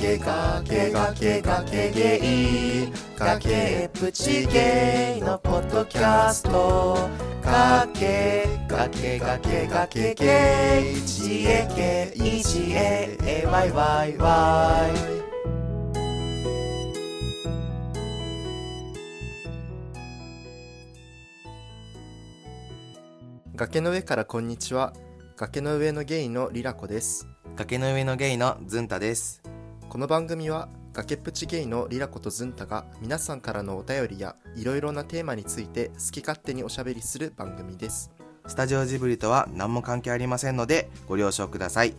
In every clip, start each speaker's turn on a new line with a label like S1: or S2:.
S1: ゲガゲガゲガゲゲイ崖っぷちゲイのポッドキャスト崖崖崖崖ゲイ GAKEGAAYYY 崖の上からこんにちは崖の上のゲイのリラコです
S2: 崖の上のゲイのズンタです。
S1: この番組は崖っぷちゲイのリラコとズンタが皆さんからのお便りやいろいろなテーマについて好き勝手におしゃべりする番組です
S2: スタジオジブリとは何も関係ありませんのでご了承ください。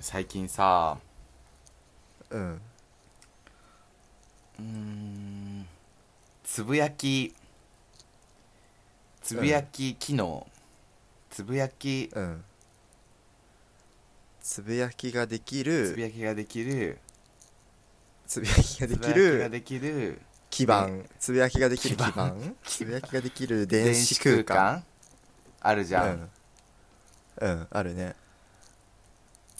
S2: 最近さ
S1: うん
S2: うーんつぶやきつぶやき機能、つぶやき
S1: うんつぶやきができ
S2: つぶ
S1: る
S2: やきができる
S1: つぶやきがで
S2: つ
S1: き
S2: ぶやきが
S1: る
S2: できる
S1: 基盤つぶやきができる基
S2: 基盤
S1: 盤つぶやきができる電
S2: 電
S1: 子
S2: 子
S1: 空
S2: 空
S1: 間
S2: 間あるじゃん、
S1: うん、うん、あるね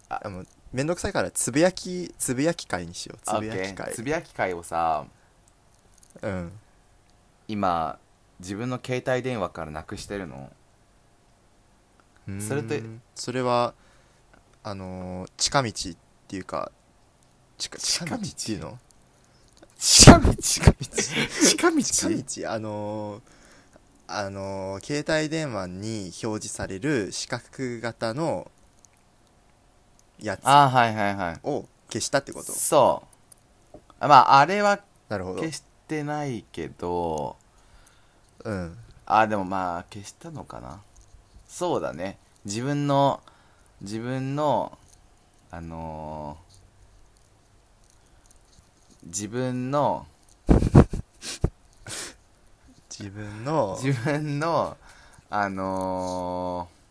S2: あ
S1: あもうめんどくさいからつぶやきつぶやき会にしようつ
S2: あ
S1: ぶやき
S2: OK
S1: 会
S2: つぶやき会をさ
S1: うん
S2: 今自分の携帯電話からなくしてるのそれと
S1: うーんそれはあのー近道っていうか近近
S2: 近
S1: 道
S2: 道
S1: っていうの
S2: 近道近道近道
S1: 近道あのーあのー携帯電話に表示される四角型のやつ
S2: あはいはいはい
S1: を消したってこと
S2: そうあまああれは
S1: なるほど
S2: 消してないけど
S1: うん
S2: あでもまあ消したのかなそうだね自分の自分のあのー自分の
S1: 自分の
S2: 自分のあのー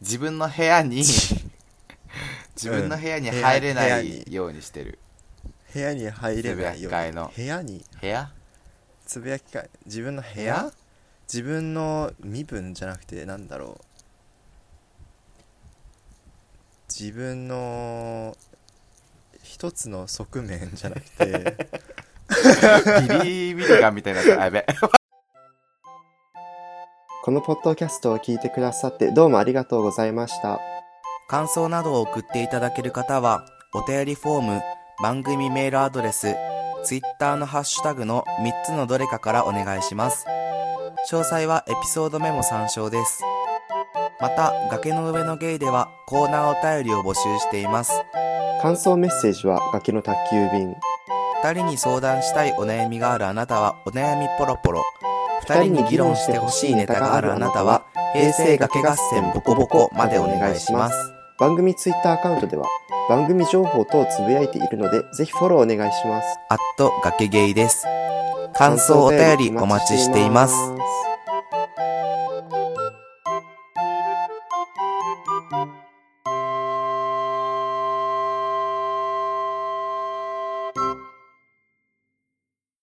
S2: 自分の部屋に自分の部屋に入れな
S1: 部屋
S2: いようにしてる
S1: 部屋に入れないよ
S2: つぶやき会の
S1: うに部屋に
S2: 部屋
S1: つぶやき会自分の部
S2: 部
S1: 屋
S2: 屋
S1: 自分の身分じゃなくてなんだろう自分の一つの側面じゃなくて
S2: ビリービリガンみたいになったあやべ
S1: このポッドキャストを聞いてくださってどうもありがとうございました
S3: 感想などを送っていただける方は、お便りフォーム、番組メールアドレス、ツイッターのハッシュタグの3つのどれかからお願いします。詳細はエピソードメモ参照です。また、崖の上のゲイではコーナーお便りを募集しています。
S1: 感想メッセージは崖の宅急便
S3: 二人に相談したいお悩みがあるあなたはお悩みポロポロ。二人に議論してほしいネタがあるあなたは、平成崖合戦ボコボコまでお願いします。
S1: 番組ツイッターアカウントでは番組情報等をつぶやいているのでぜひフォローお願いします
S3: アット崖ゲイです。感想お便りお待ちしています。
S1: す